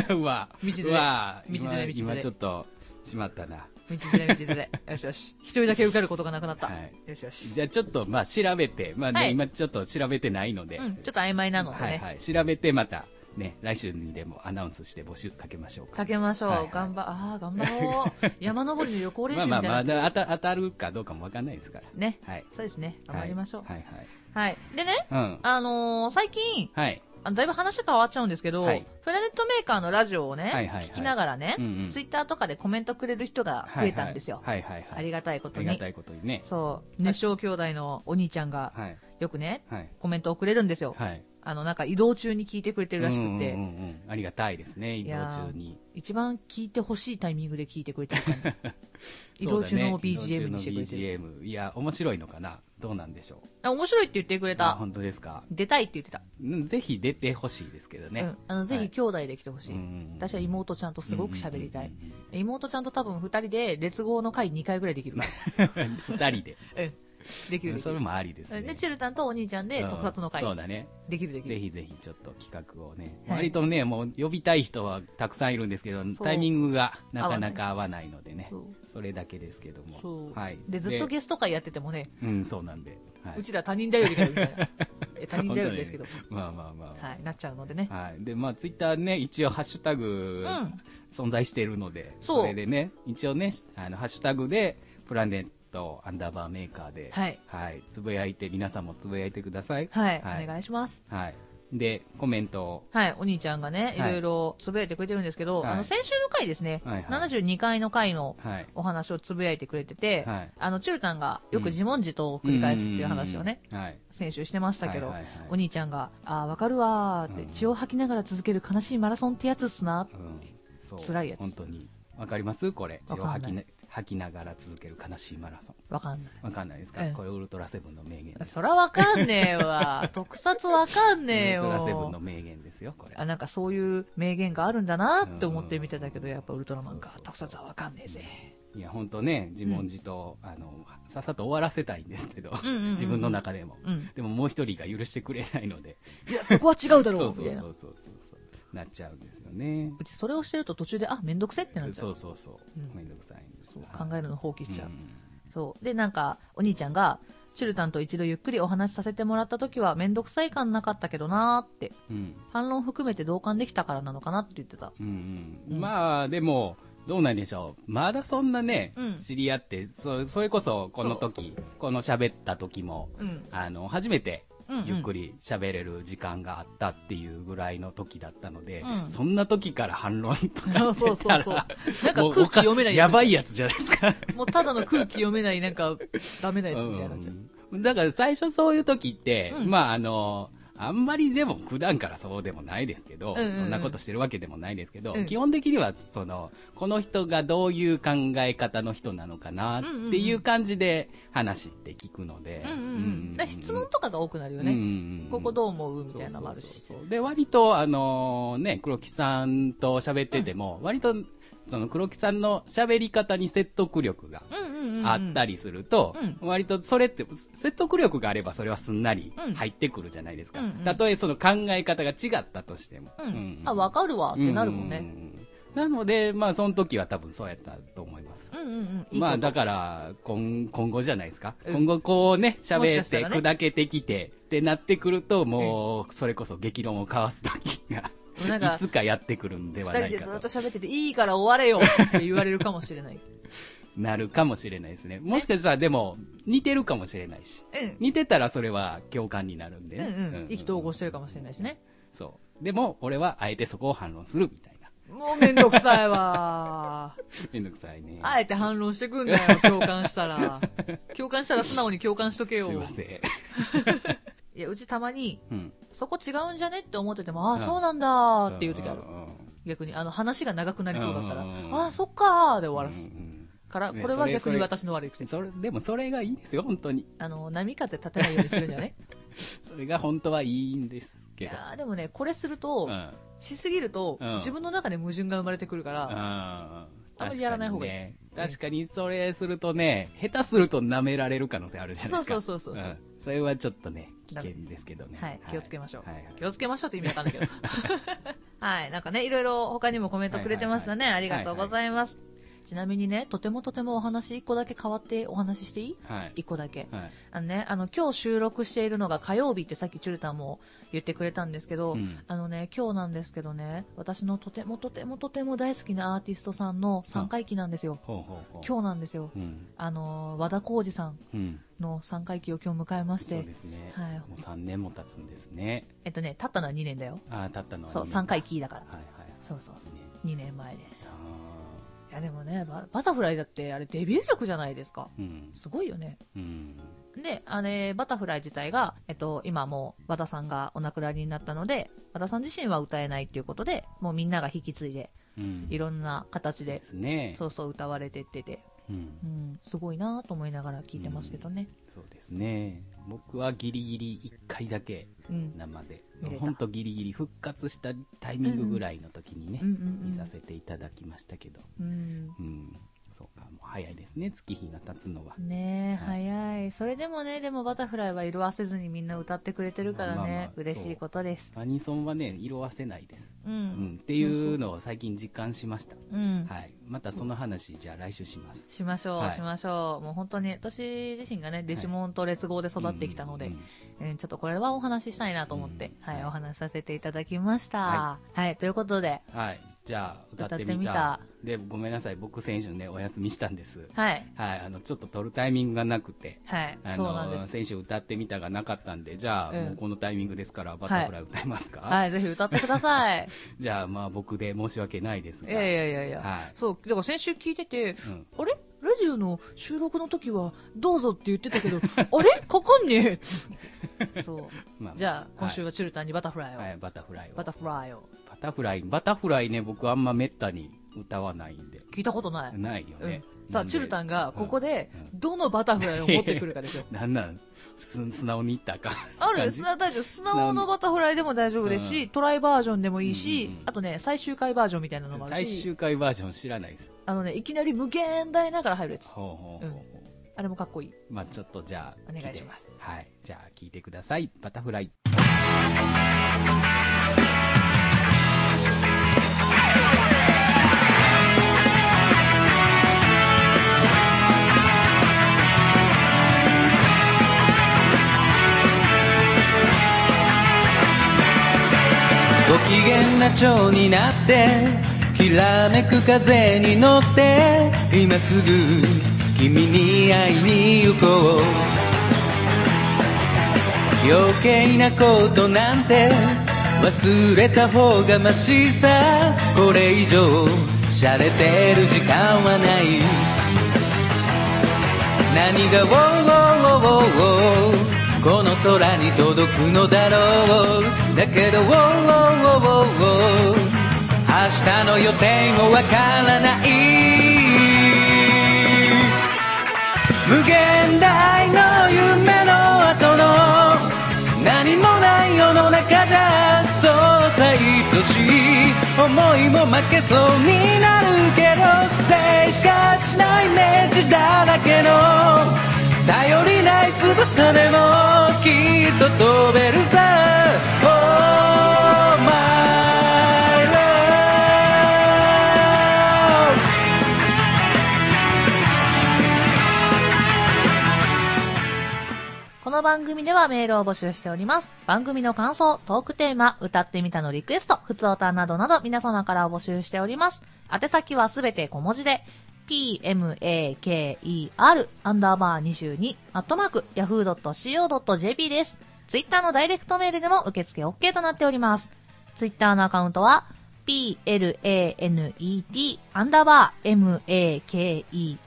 Speaker 2: うわ。
Speaker 1: 道連れ
Speaker 2: うわ。
Speaker 1: 道連れ
Speaker 2: 今
Speaker 1: 道連れ
Speaker 2: 今ちょっと、しまったな。
Speaker 1: 道連れ、道連れ。よしよし。一人だけ受かることがなくなった。
Speaker 2: はい
Speaker 1: よしよし。
Speaker 2: じゃあちょっと、まあ調べて、まあね、
Speaker 1: はい
Speaker 2: 今ちょっと調べてないので。
Speaker 1: うん、ちょっと曖昧なのでね。
Speaker 2: はいはい。調べてまた、ね、来週にでもアナウンスして募集かけましょうか。
Speaker 1: かけましょう。
Speaker 2: はいはい
Speaker 1: 頑張、ああ、頑張 ろう。山登りの旅行練習
Speaker 2: まあ
Speaker 1: み
Speaker 2: ま
Speaker 1: たい
Speaker 2: あ、
Speaker 1: な。
Speaker 2: まだ当た当たるかどうかもわかんないですから。
Speaker 1: ね。
Speaker 2: はい。
Speaker 1: そうですね。頑張りましょう。はい。
Speaker 2: はいはい。
Speaker 1: でね、
Speaker 2: はい
Speaker 1: あのー最近、
Speaker 2: うん。はい。
Speaker 1: あのだいぶ話変わっちゃうんですけど、
Speaker 2: はい
Speaker 1: プラネットメーカーのラジオをね、
Speaker 2: いはいはい
Speaker 1: 聞きながらね、
Speaker 2: うんうん
Speaker 1: ツイッターとかでコメントくれる人が増えたんですよ。
Speaker 2: はいはいはい。
Speaker 1: ありがたいこ
Speaker 2: あ
Speaker 1: と
Speaker 2: り
Speaker 1: に。
Speaker 2: がたいことにね。
Speaker 1: そう。熱唱兄弟のお兄ちゃんが、
Speaker 2: はい。
Speaker 1: よくね、
Speaker 2: はい。
Speaker 1: コメントをくれるんですよ。
Speaker 2: はい。
Speaker 1: あの、なんか移動中に聞いてくれてるらしくて、
Speaker 2: うんうんうんうんありがたいですね、移動中に。
Speaker 1: 一番聞いてほしいタイミングで聞いてくれてる 感じ。移動中の BGM にしてくれてる。
Speaker 2: る。移動中の BGM。いや、面白いのかなどうなんでしょう。
Speaker 1: あ面白いって言ってくれ
Speaker 2: あ
Speaker 1: た。
Speaker 2: 本当ですか。
Speaker 1: 出たいって言ってた。
Speaker 2: うんぜひ出てほしいですけど
Speaker 1: う
Speaker 2: ね
Speaker 1: ん。。あの、ぜひ兄弟で来てほしい。
Speaker 2: うんうんうん
Speaker 1: 私は妹ちゃんとすごく喋りたい。
Speaker 2: うんうんうん
Speaker 1: 妹ちゃんと多分二人で、列号の回2回ぐらいで きるか
Speaker 2: 二人で。
Speaker 1: ら。うん。できる
Speaker 2: うん
Speaker 1: でき
Speaker 2: それ
Speaker 1: る。
Speaker 2: もありです
Speaker 1: で、
Speaker 2: ね。
Speaker 1: チルタンとお兄ちゃんで
Speaker 2: うん
Speaker 1: 特撮の回
Speaker 2: そ。うだね。
Speaker 1: できるでき
Speaker 2: ぜ
Speaker 1: る。
Speaker 2: ひぜひちょっと企画をね。
Speaker 1: はい
Speaker 2: 割とね、もう呼びたい人はたくさんいるんですけど、
Speaker 1: そう
Speaker 2: タイミングがなかなか合わないのでね
Speaker 1: そう。
Speaker 2: それだけですけども。
Speaker 1: そう。
Speaker 2: はい。
Speaker 1: で、ずっと
Speaker 2: で
Speaker 1: ゲスト会やっててもね、
Speaker 2: うん、そうなんで。はいう
Speaker 1: ちら他人頼りだよみたい な。え他人頼りですけど。
Speaker 2: 本当にねまあまあまあ。
Speaker 1: はい、なっちゃうのでね。
Speaker 2: はい。で、まあ、ツイッターね、一応、ハッシュタグ、
Speaker 1: うん
Speaker 2: 存在しているので、
Speaker 1: そう
Speaker 2: れでね、一応ね、あの、ハッシュタグで、プラネット、アンダーバーメーカーで、
Speaker 1: はい
Speaker 2: つぶやいて、皆さんもつぶやいてください。
Speaker 1: はい、
Speaker 2: はい。
Speaker 1: お願いします。
Speaker 2: はいで、コメントを、
Speaker 1: はい、お兄ちゃんがね、い
Speaker 2: はい
Speaker 1: ろいろつぶやいてくれてるんですけど、
Speaker 2: はい
Speaker 1: あの、先週の回ですね、
Speaker 2: はいはい
Speaker 1: 72回の回の
Speaker 2: はい。
Speaker 1: お話をつぶやいてくれてて、
Speaker 2: はい
Speaker 1: あの、チュルタンがよく自問自答を繰り返すっていう話をね、
Speaker 2: うん。はい。
Speaker 1: 先週してましたけど、
Speaker 2: はいはいはい
Speaker 1: お兄ちゃんが、ああ、わかるわーって、
Speaker 2: うん
Speaker 1: 血を吐きながら続ける悲しいマラソンってやつっすな。
Speaker 2: うん。そう。
Speaker 1: 辛いやつ
Speaker 2: 本当に。わかりますこれ。血
Speaker 1: わか
Speaker 2: を
Speaker 1: んない
Speaker 2: 吐きな吐きながら続ける悲しいマラソン。
Speaker 1: わかんない。
Speaker 2: わかんないですか、
Speaker 1: うん
Speaker 2: これ、ウルトラセブンの名言です。
Speaker 1: そらわかんねえ わ。特撮わかんねえ
Speaker 2: ウルトラセブンの
Speaker 1: よ。
Speaker 2: 名言ですよ、これ。
Speaker 1: あなんかそういう名言があるんだなって思って見てたけど、
Speaker 2: うん
Speaker 1: やっぱウルトラマンか
Speaker 2: そう。そう
Speaker 1: 特
Speaker 2: そう
Speaker 1: 撮はわかんねえぜ。
Speaker 2: いや、本当ね、自問自答、あの、さっさと終わらせたいんですけど、
Speaker 1: んうんうん
Speaker 2: 自分の中でも。
Speaker 1: うん
Speaker 2: でももう一人が許してくれないので、
Speaker 1: いや、そこは違うだ
Speaker 2: そ
Speaker 1: ろう
Speaker 2: う
Speaker 1: みた
Speaker 2: そ
Speaker 1: いうな。
Speaker 2: そうそうそうそう、なっちゃうんですよね。
Speaker 1: うちそれをしてると途中で、あ、めんどくせえってなっちゃ。
Speaker 2: そううそうそう
Speaker 1: うん、
Speaker 2: めんどくさいんです
Speaker 1: そう考えるの放棄しちゃう。
Speaker 2: ん
Speaker 1: そう。で、なんか、お兄ちゃんが、チュルタンと一度ゆっくりお話しさせてもらった時はめんどくさい感なかったけどなーって、
Speaker 2: うん、
Speaker 1: 反論含めて同感できたからなのかなって言ってた。
Speaker 2: うん、う
Speaker 1: うん
Speaker 2: ん。まあ、でも、どうなんでしょう。まだそんなね、
Speaker 1: うん
Speaker 2: 知り合って、そそれこそ、この時、この喋った時も、
Speaker 1: うん。
Speaker 2: あの、初めて、
Speaker 1: うん、
Speaker 2: ゆっく
Speaker 1: り。
Speaker 2: り喋れる時間があったっていうぐらいの時だったので、
Speaker 1: うん
Speaker 2: そんな時から反論と か
Speaker 1: そう
Speaker 2: し
Speaker 1: そう
Speaker 2: て
Speaker 1: そ
Speaker 2: た
Speaker 1: う。 なん
Speaker 2: ら
Speaker 1: か、空気読めない
Speaker 2: や
Speaker 1: や
Speaker 2: や
Speaker 1: つ。
Speaker 2: ばいやつじゃ ないですか。
Speaker 1: もうただの空気読めない、なんか、ダメなやつみたいになっちゃう。
Speaker 2: うんだから最初そういう時って、
Speaker 1: うん
Speaker 2: まああの、あんまりでも普段からそうでもないですけど、
Speaker 1: うんうんうん
Speaker 2: そんなことしてるわけでもないですけど、
Speaker 1: うん
Speaker 2: 基本的にはその、この人がどういう考え方の人なのかなっていう感じで話って聞くので。
Speaker 1: うんうんう
Speaker 2: うん
Speaker 1: ん。だから質問とかが多くなるよね。
Speaker 2: うんうんうん
Speaker 1: ここどう思うみたいなのもあるし。
Speaker 2: そうそうそうそうで、割と、あのね、黒木さんと喋ってても、割と、その黒木さんの喋り方に説得力が
Speaker 1: うんうんうんうん。
Speaker 2: あったりすると、
Speaker 1: う
Speaker 2: 割とそれって説得力があればそれはすんなり入ってくるじゃないですか。
Speaker 1: うんうん
Speaker 2: たとえその考え方が違ったとしても。
Speaker 1: う
Speaker 2: うんん。
Speaker 1: あ、わかるわってなるもん
Speaker 2: うう
Speaker 1: ね。
Speaker 2: んなので、まあその時は多分そうやったと思います
Speaker 1: う。んうんうん。いい
Speaker 2: まあ
Speaker 1: こと
Speaker 2: だから今、今後じゃないですか。
Speaker 1: うん
Speaker 2: 今後こうね、
Speaker 1: もしか
Speaker 2: 喋っ
Speaker 1: した
Speaker 2: て
Speaker 1: らね
Speaker 2: 砕けてきてってなってくると、もうそれこそ激論を交わす時が、
Speaker 1: なんか
Speaker 2: いつかやってくるんではな
Speaker 1: 二人
Speaker 2: い
Speaker 1: でず
Speaker 2: か
Speaker 1: っと。
Speaker 2: と
Speaker 1: 喋ってて、いいから終われよって言われるかもし れない。
Speaker 2: なるかもしれないですね。もしかしたらでも似てるかもしれないし。
Speaker 1: うん。
Speaker 2: 似てたらそれは共感になるんで
Speaker 1: うん
Speaker 2: ね。
Speaker 1: うん。意気投合してるかもしれないしね。
Speaker 2: そう。でも、俺はあえてそこを反論するみたいな。
Speaker 1: もうめんどくさいわ。
Speaker 2: めんどくさいね。
Speaker 1: あえて反論して くんだよ、共感したら。共感したら素直に共感しとけよ。
Speaker 2: すいません。
Speaker 1: いや、うちたまに、
Speaker 2: うん。
Speaker 1: そこ違うんじゃねって思ってても、ああ、
Speaker 2: うん
Speaker 1: そうなんだーっていう時ある
Speaker 2: ん。んん
Speaker 1: 逆に、あの、話が長くなりそうだったら、
Speaker 2: うん
Speaker 1: ああ、そっかーで終わら
Speaker 2: うん
Speaker 1: す。
Speaker 2: う
Speaker 1: から、
Speaker 2: ね
Speaker 1: これは
Speaker 2: そ
Speaker 1: 逆
Speaker 2: れ
Speaker 1: に私の悪い癖
Speaker 2: ん。それ、でもそれがいいんですよ、本当に。
Speaker 1: あの、波風立てないようにするんじゃね
Speaker 2: それが本当 はいいんです
Speaker 1: い
Speaker 2: けど。
Speaker 1: やーでもね、これする
Speaker 2: う
Speaker 1: と
Speaker 2: ん。、うん
Speaker 1: しすぎると
Speaker 2: うん、
Speaker 1: 自分の中で矛盾が生まれてくるから、
Speaker 2: あ
Speaker 1: あんまりやらない方がいい
Speaker 2: 確かにそれするとね、下手すると舐められる可能性あるじゃないですか。
Speaker 1: そうそうそうそうそうん
Speaker 2: それはちょっとね、危険ですけどね。
Speaker 1: はい、気をつけましょう
Speaker 2: はいはい。
Speaker 1: 気をつけましょうって意味わかん ないけど。はい、なんかね、いろいろ他にもコメントくれてましたね。
Speaker 2: はい
Speaker 1: あ
Speaker 2: はい
Speaker 1: り
Speaker 2: はい
Speaker 1: がとうございます。ちなみにね、とてもとてもお話一個だけ変わってお話ししていい
Speaker 2: はい。
Speaker 1: 一個だけ。
Speaker 2: はい。
Speaker 1: あのね、あの、今日収録しているのが火曜日ってさっきチュルタンも言ってくれたんですけど、
Speaker 2: うん
Speaker 1: あのね、今日なんですけどね、私のとてもとてもとても大好きなアーティストさんの3回忌なんですよ。
Speaker 2: ほうほうほう。
Speaker 1: 今日なんですよ。
Speaker 2: うん。
Speaker 1: あのー、和田浩二さん
Speaker 2: うん。
Speaker 1: の3回忌を今日迎えまし
Speaker 2: そう
Speaker 1: て
Speaker 2: で、すね。
Speaker 1: はい
Speaker 2: もう3年も経つんですね。
Speaker 1: えっとね、経ったのは2年だよ。
Speaker 2: ああ、経ったのは
Speaker 1: そう、3回。忌だから。
Speaker 2: はいはい。
Speaker 1: そうそう
Speaker 2: いいね
Speaker 1: そう。2年前です。
Speaker 2: あ
Speaker 1: いやでもね、ババタフライだってあれデビュー曲じゃないですか。
Speaker 2: ーうん。
Speaker 1: すごいよね。
Speaker 2: うん。
Speaker 1: で、あれ、バタフライ自体が、えっと、今もう和田さんがお亡くなりになったので、和田さん自身は歌えないっていうことで、もうみんなが引き継いで、
Speaker 2: うん。
Speaker 1: いろんな形
Speaker 2: で
Speaker 1: で、
Speaker 2: すね。
Speaker 1: そうそう歌われてってて、
Speaker 2: うん
Speaker 1: うん、すごいなと思いながら聞いてますけどね。
Speaker 2: そうですね。僕はギリギリ1回だけ
Speaker 1: うん。
Speaker 2: 生で
Speaker 1: 見れ、た
Speaker 2: ほんとギリギリ復活したタイミングぐらいの時にね
Speaker 1: うん、うん
Speaker 2: 見させていただきましたけど、
Speaker 1: うん。
Speaker 2: うん。そうか、もう早いですね、月日が経つのは。
Speaker 1: ねえ、
Speaker 2: はい
Speaker 1: 早い。それでもね、でもバタフライは色あせずにみんな歌ってくれてるからね、
Speaker 2: まあまあまあ
Speaker 1: 嬉しいことです。
Speaker 2: アニソンはね、色あせないです。
Speaker 1: う
Speaker 2: うん
Speaker 1: ん。。
Speaker 2: っていうのを最近実感しました。
Speaker 1: うん。
Speaker 2: はい。またその話、じゃあ来週します。
Speaker 1: しましょう、
Speaker 2: はい
Speaker 1: しましょう。もう本当に、私自身がね、デジモンと劣合で育ってきたので、
Speaker 2: うんうんうん
Speaker 1: えーちょっとこれはお話ししたいなと思って、
Speaker 2: うん
Speaker 1: はい、
Speaker 2: はい
Speaker 1: お話しさせていただきました。は、
Speaker 2: はい
Speaker 1: ということで、
Speaker 2: はい。じゃあ、歌ってみた。
Speaker 1: 歌ってみた
Speaker 2: で、ごめんなさい。僕、先週ね、お休みしたんです。
Speaker 1: はい、
Speaker 2: はい。あの、ちょっと撮るタイミングがなくて。
Speaker 1: はい
Speaker 2: あ、
Speaker 1: そうなんで
Speaker 2: の、
Speaker 1: す。
Speaker 2: 先週歌ってみたがなかったんで、じゃあ、
Speaker 1: うん
Speaker 2: もうこのタイミングですから、バタフライ歌いますか、
Speaker 1: はい、ぜひ歌ってくださ い。
Speaker 2: じゃあ、まあ、僕で申し訳ないです
Speaker 1: い
Speaker 2: が。
Speaker 1: やいやいやいや、
Speaker 2: はい
Speaker 1: そう、だから先週聞いてて、
Speaker 2: うん
Speaker 1: あれラジオの収録の時は、どうぞって言ってたけど、 あれかかんね えそう。
Speaker 2: まあ
Speaker 1: じゃあ、今週
Speaker 2: は
Speaker 1: はチュルタンにバタフライ
Speaker 2: い、
Speaker 1: を。
Speaker 2: はいバタフライを。
Speaker 1: バタフライを。
Speaker 2: バタフライ、バタフライね、僕あんまめったに歌わないんで。
Speaker 1: 聞いたことない。
Speaker 2: ないよね。
Speaker 1: さあ、チュルタンがここ
Speaker 2: で。
Speaker 1: で
Speaker 2: うん、。
Speaker 1: どのバタフライを持ってくるかですよ
Speaker 2: なんなんす素直に言ったら
Speaker 1: あ
Speaker 2: あかん。
Speaker 1: るよ、
Speaker 2: 感じ
Speaker 1: 素直大丈夫。素直のバタフライでも大丈夫ですし、トライバージョンでもいいし、
Speaker 2: うんうんうん
Speaker 1: あとね、最終回バージョンみたいなのもある
Speaker 2: 最
Speaker 1: し、
Speaker 2: 終回バージョン知らないです。
Speaker 1: あのね、いきなり無限大ながら入るやつ。
Speaker 2: ほうほうほうほう。
Speaker 1: あれもかっこいい。
Speaker 2: まあちょっとじゃあ
Speaker 1: お願い
Speaker 2: 聞て
Speaker 1: します
Speaker 2: はいじゃあ聞いてくださいバタフライ
Speaker 3: ご機嫌な蝶になってきらめく風に乗って今すぐ君に会いに行こう余計なことなんて忘れた方がマシさこれ以上洒落てる時間はない何が「ウォーウォーウォーウォーウォーこの空に届くのだろうだけど「ウォーウォーウォーウォーウォー明日の予定もわからない無限大の夢の後の何もない世の中じゃそうさ愛しい思いも負けそうになるけどステージがちないイメージだらけの頼りない翼でもきっと飛べるさ Oh my love
Speaker 1: この番組ではメールを募集しております。番組の感想、トークテーマ、歌ってみたのリクエスト、ふつおたなどなど皆様から募集しております。宛先はすべて小文字で、pmaker アンダーバー22アットマーク yahoo.co.jp です。ツイッターのダイレクトメールでも受付 OK となっております。ツイッターのアカウントは、 planet アンダーバー maker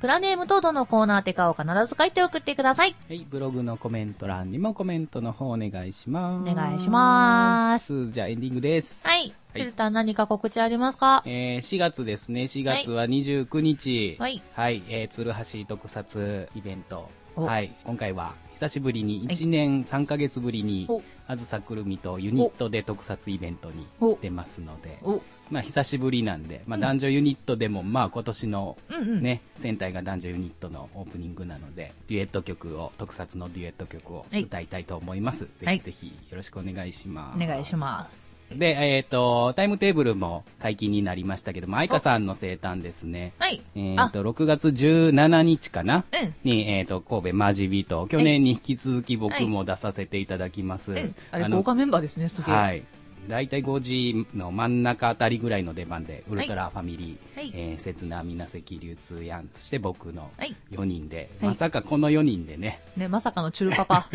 Speaker 1: プラネームとどのコーナーてかを必ず書いて送ってください。
Speaker 2: はい、ブログのコメント欄にもコメントの方お願いします。
Speaker 1: お願いしま。す
Speaker 2: じゃあエンディングです。
Speaker 1: はい。チルタン何か告知ありますか
Speaker 2: えー、4月ですね。4月は29日。
Speaker 1: はい
Speaker 2: えー、鶴橋特撮イベント。
Speaker 1: お
Speaker 2: はい。今回は、久しぶりに、1年3ヶ月ぶりに
Speaker 1: お、
Speaker 2: あずさくるみとユニットで特撮イベントに
Speaker 1: お
Speaker 2: 出ますので、
Speaker 1: お、
Speaker 2: まあ、久しぶりなんで、まあ、
Speaker 1: うん
Speaker 2: 男女ユニットでも、まあ、今年の、
Speaker 1: うんうん。
Speaker 2: ね、戦隊が男女ユニットのオープニングなので、デュエット曲を、特撮のデュエット曲を
Speaker 1: はい
Speaker 2: 歌いたいと思います。
Speaker 1: はい
Speaker 2: ぜひぜひ、よろしくお願いしま
Speaker 1: お
Speaker 2: す。
Speaker 1: 願いします。
Speaker 2: で、えっ、と、タイムテーブルも解禁になりましたけども、愛花さんの生誕ですね。
Speaker 1: はい。
Speaker 2: えっ、と、6月17日かな、
Speaker 1: あ、うん。
Speaker 2: に、えっ、と、神戸マジビート、去年に引き続き僕も出させていただきます。
Speaker 1: うん。あれ、
Speaker 2: の
Speaker 1: 豪華メンバーですね、すげえ。
Speaker 2: はい。大体5時の真ん中あたりぐらいの出番で、ウルトラファミリー、
Speaker 1: はい
Speaker 2: えー、刹那、水無瀬木、流通、ヤン、そして僕の
Speaker 1: はい
Speaker 2: 4人で、
Speaker 1: はい
Speaker 2: まさかこの4人でね、
Speaker 1: ね、まさかのチュルパ パ。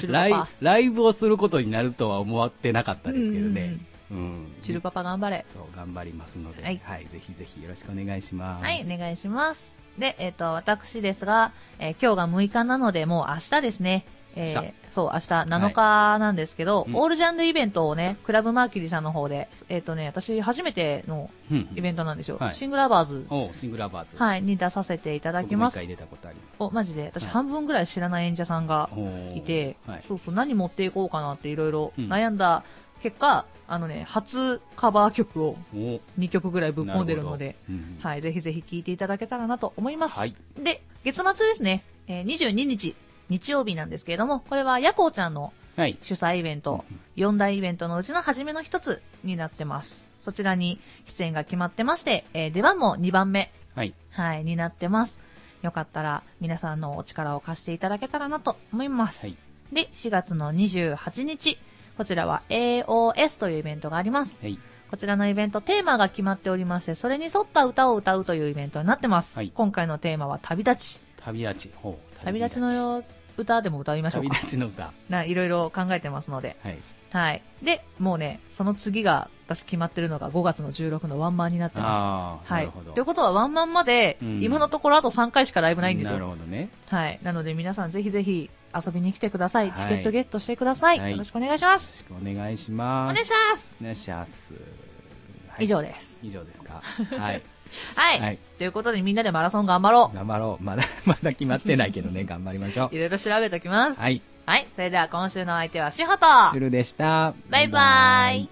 Speaker 1: チュル
Speaker 2: ライ
Speaker 1: パパ。
Speaker 2: ライブをすることになるとは思ってなかったですけどね。うん
Speaker 1: チュルパパ頑張れ。
Speaker 2: そう、頑張りますので、
Speaker 1: は
Speaker 2: はいい、ぜひぜひよろしくお願いします。
Speaker 1: はい、お願いします。で、えっ、と、私ですが、えー今日が6日なので、もう明日ですね。えー
Speaker 2: 明日
Speaker 1: そう、明日7日なんですけど、
Speaker 2: うん
Speaker 1: オールジャンルイベントをね、クラブマーキュリーさんの方で、えっ、とね、私初めての
Speaker 2: うん
Speaker 1: イベントなんですよ。
Speaker 2: はい
Speaker 1: シングラバーズ、
Speaker 2: おうシングラバーズ。い。
Speaker 1: はい、に出させていただき
Speaker 2: 僕も
Speaker 1: ま
Speaker 2: 一
Speaker 1: す。
Speaker 2: 回出たことありま
Speaker 1: お、マジで、私
Speaker 2: はい
Speaker 1: 半分ぐらい知らない演者さんが
Speaker 2: す。おう
Speaker 1: いて、
Speaker 2: はい。
Speaker 1: そうそう、何持っていこうかなっていろいろ
Speaker 2: うん
Speaker 1: 悩んだ結果、あのね、初カバー曲を
Speaker 2: おう
Speaker 1: 2曲ぐらいぶっ込んでるので、。
Speaker 2: なるほどうん
Speaker 1: はい、ぜひぜひ聞いていただけたらなと思います。
Speaker 2: はい
Speaker 1: で、月末ですね、えー22日、日曜日なんですけれども、これはヤコウちゃんの
Speaker 2: はい。
Speaker 1: 主催イベント、
Speaker 2: うん
Speaker 1: 4大イベントのうちの初めの一つになってます。そちらに出演が決まってまして、えー出番も2番目、
Speaker 2: はい。
Speaker 1: はい、になってます。よかったら皆さんのお力を貸していただけたらなと思います。
Speaker 2: はい
Speaker 1: で、4月の28日、こちらは AOS というイベントがあります。
Speaker 2: はい。
Speaker 1: こちらのイベント、テーマが決まっておりまして、それに沿った歌を歌うというイベントになってます。
Speaker 2: はい
Speaker 1: 今回のテーマは旅立ち。
Speaker 2: 旅立ち。ほう
Speaker 1: 旅立ちの歌でも歌いましょう
Speaker 2: 旅
Speaker 1: か。
Speaker 2: 立ちの歌。
Speaker 1: ないろいろ考えてますので。
Speaker 2: はい。
Speaker 1: はい。で、もうね、その次が、私決まってるのが5月の16のワンマンになってま
Speaker 2: あ
Speaker 1: す。
Speaker 2: あ、
Speaker 1: は
Speaker 2: ないるほ。ど。
Speaker 1: ということはワンマンまで、
Speaker 2: うん
Speaker 1: 今のところあと3回しかライブないんです
Speaker 2: なる
Speaker 1: よ。
Speaker 2: ほどね。
Speaker 1: はい。なので皆さんぜひぜひ遊びに来てください。
Speaker 2: はい
Speaker 1: チケットゲットしてください。
Speaker 2: はい
Speaker 1: よろしくお願いしま
Speaker 2: よろ
Speaker 1: す。
Speaker 2: しくお願いし
Speaker 1: お
Speaker 2: ます。
Speaker 1: 願いします。
Speaker 2: お願いします。はい
Speaker 1: 以上です。
Speaker 2: 以上で すか。はい。
Speaker 1: はい。
Speaker 2: はい。
Speaker 1: ということでみんなでマラソン頑張ろ
Speaker 2: 頑張ろう。まだ、 まだ決まってないけどね、頑張りましょ
Speaker 1: う。いろいろ調べときます
Speaker 2: う。。はい。
Speaker 1: はい、それでは今週のお相手はしほと。
Speaker 2: シュルでした。
Speaker 1: バイバイ。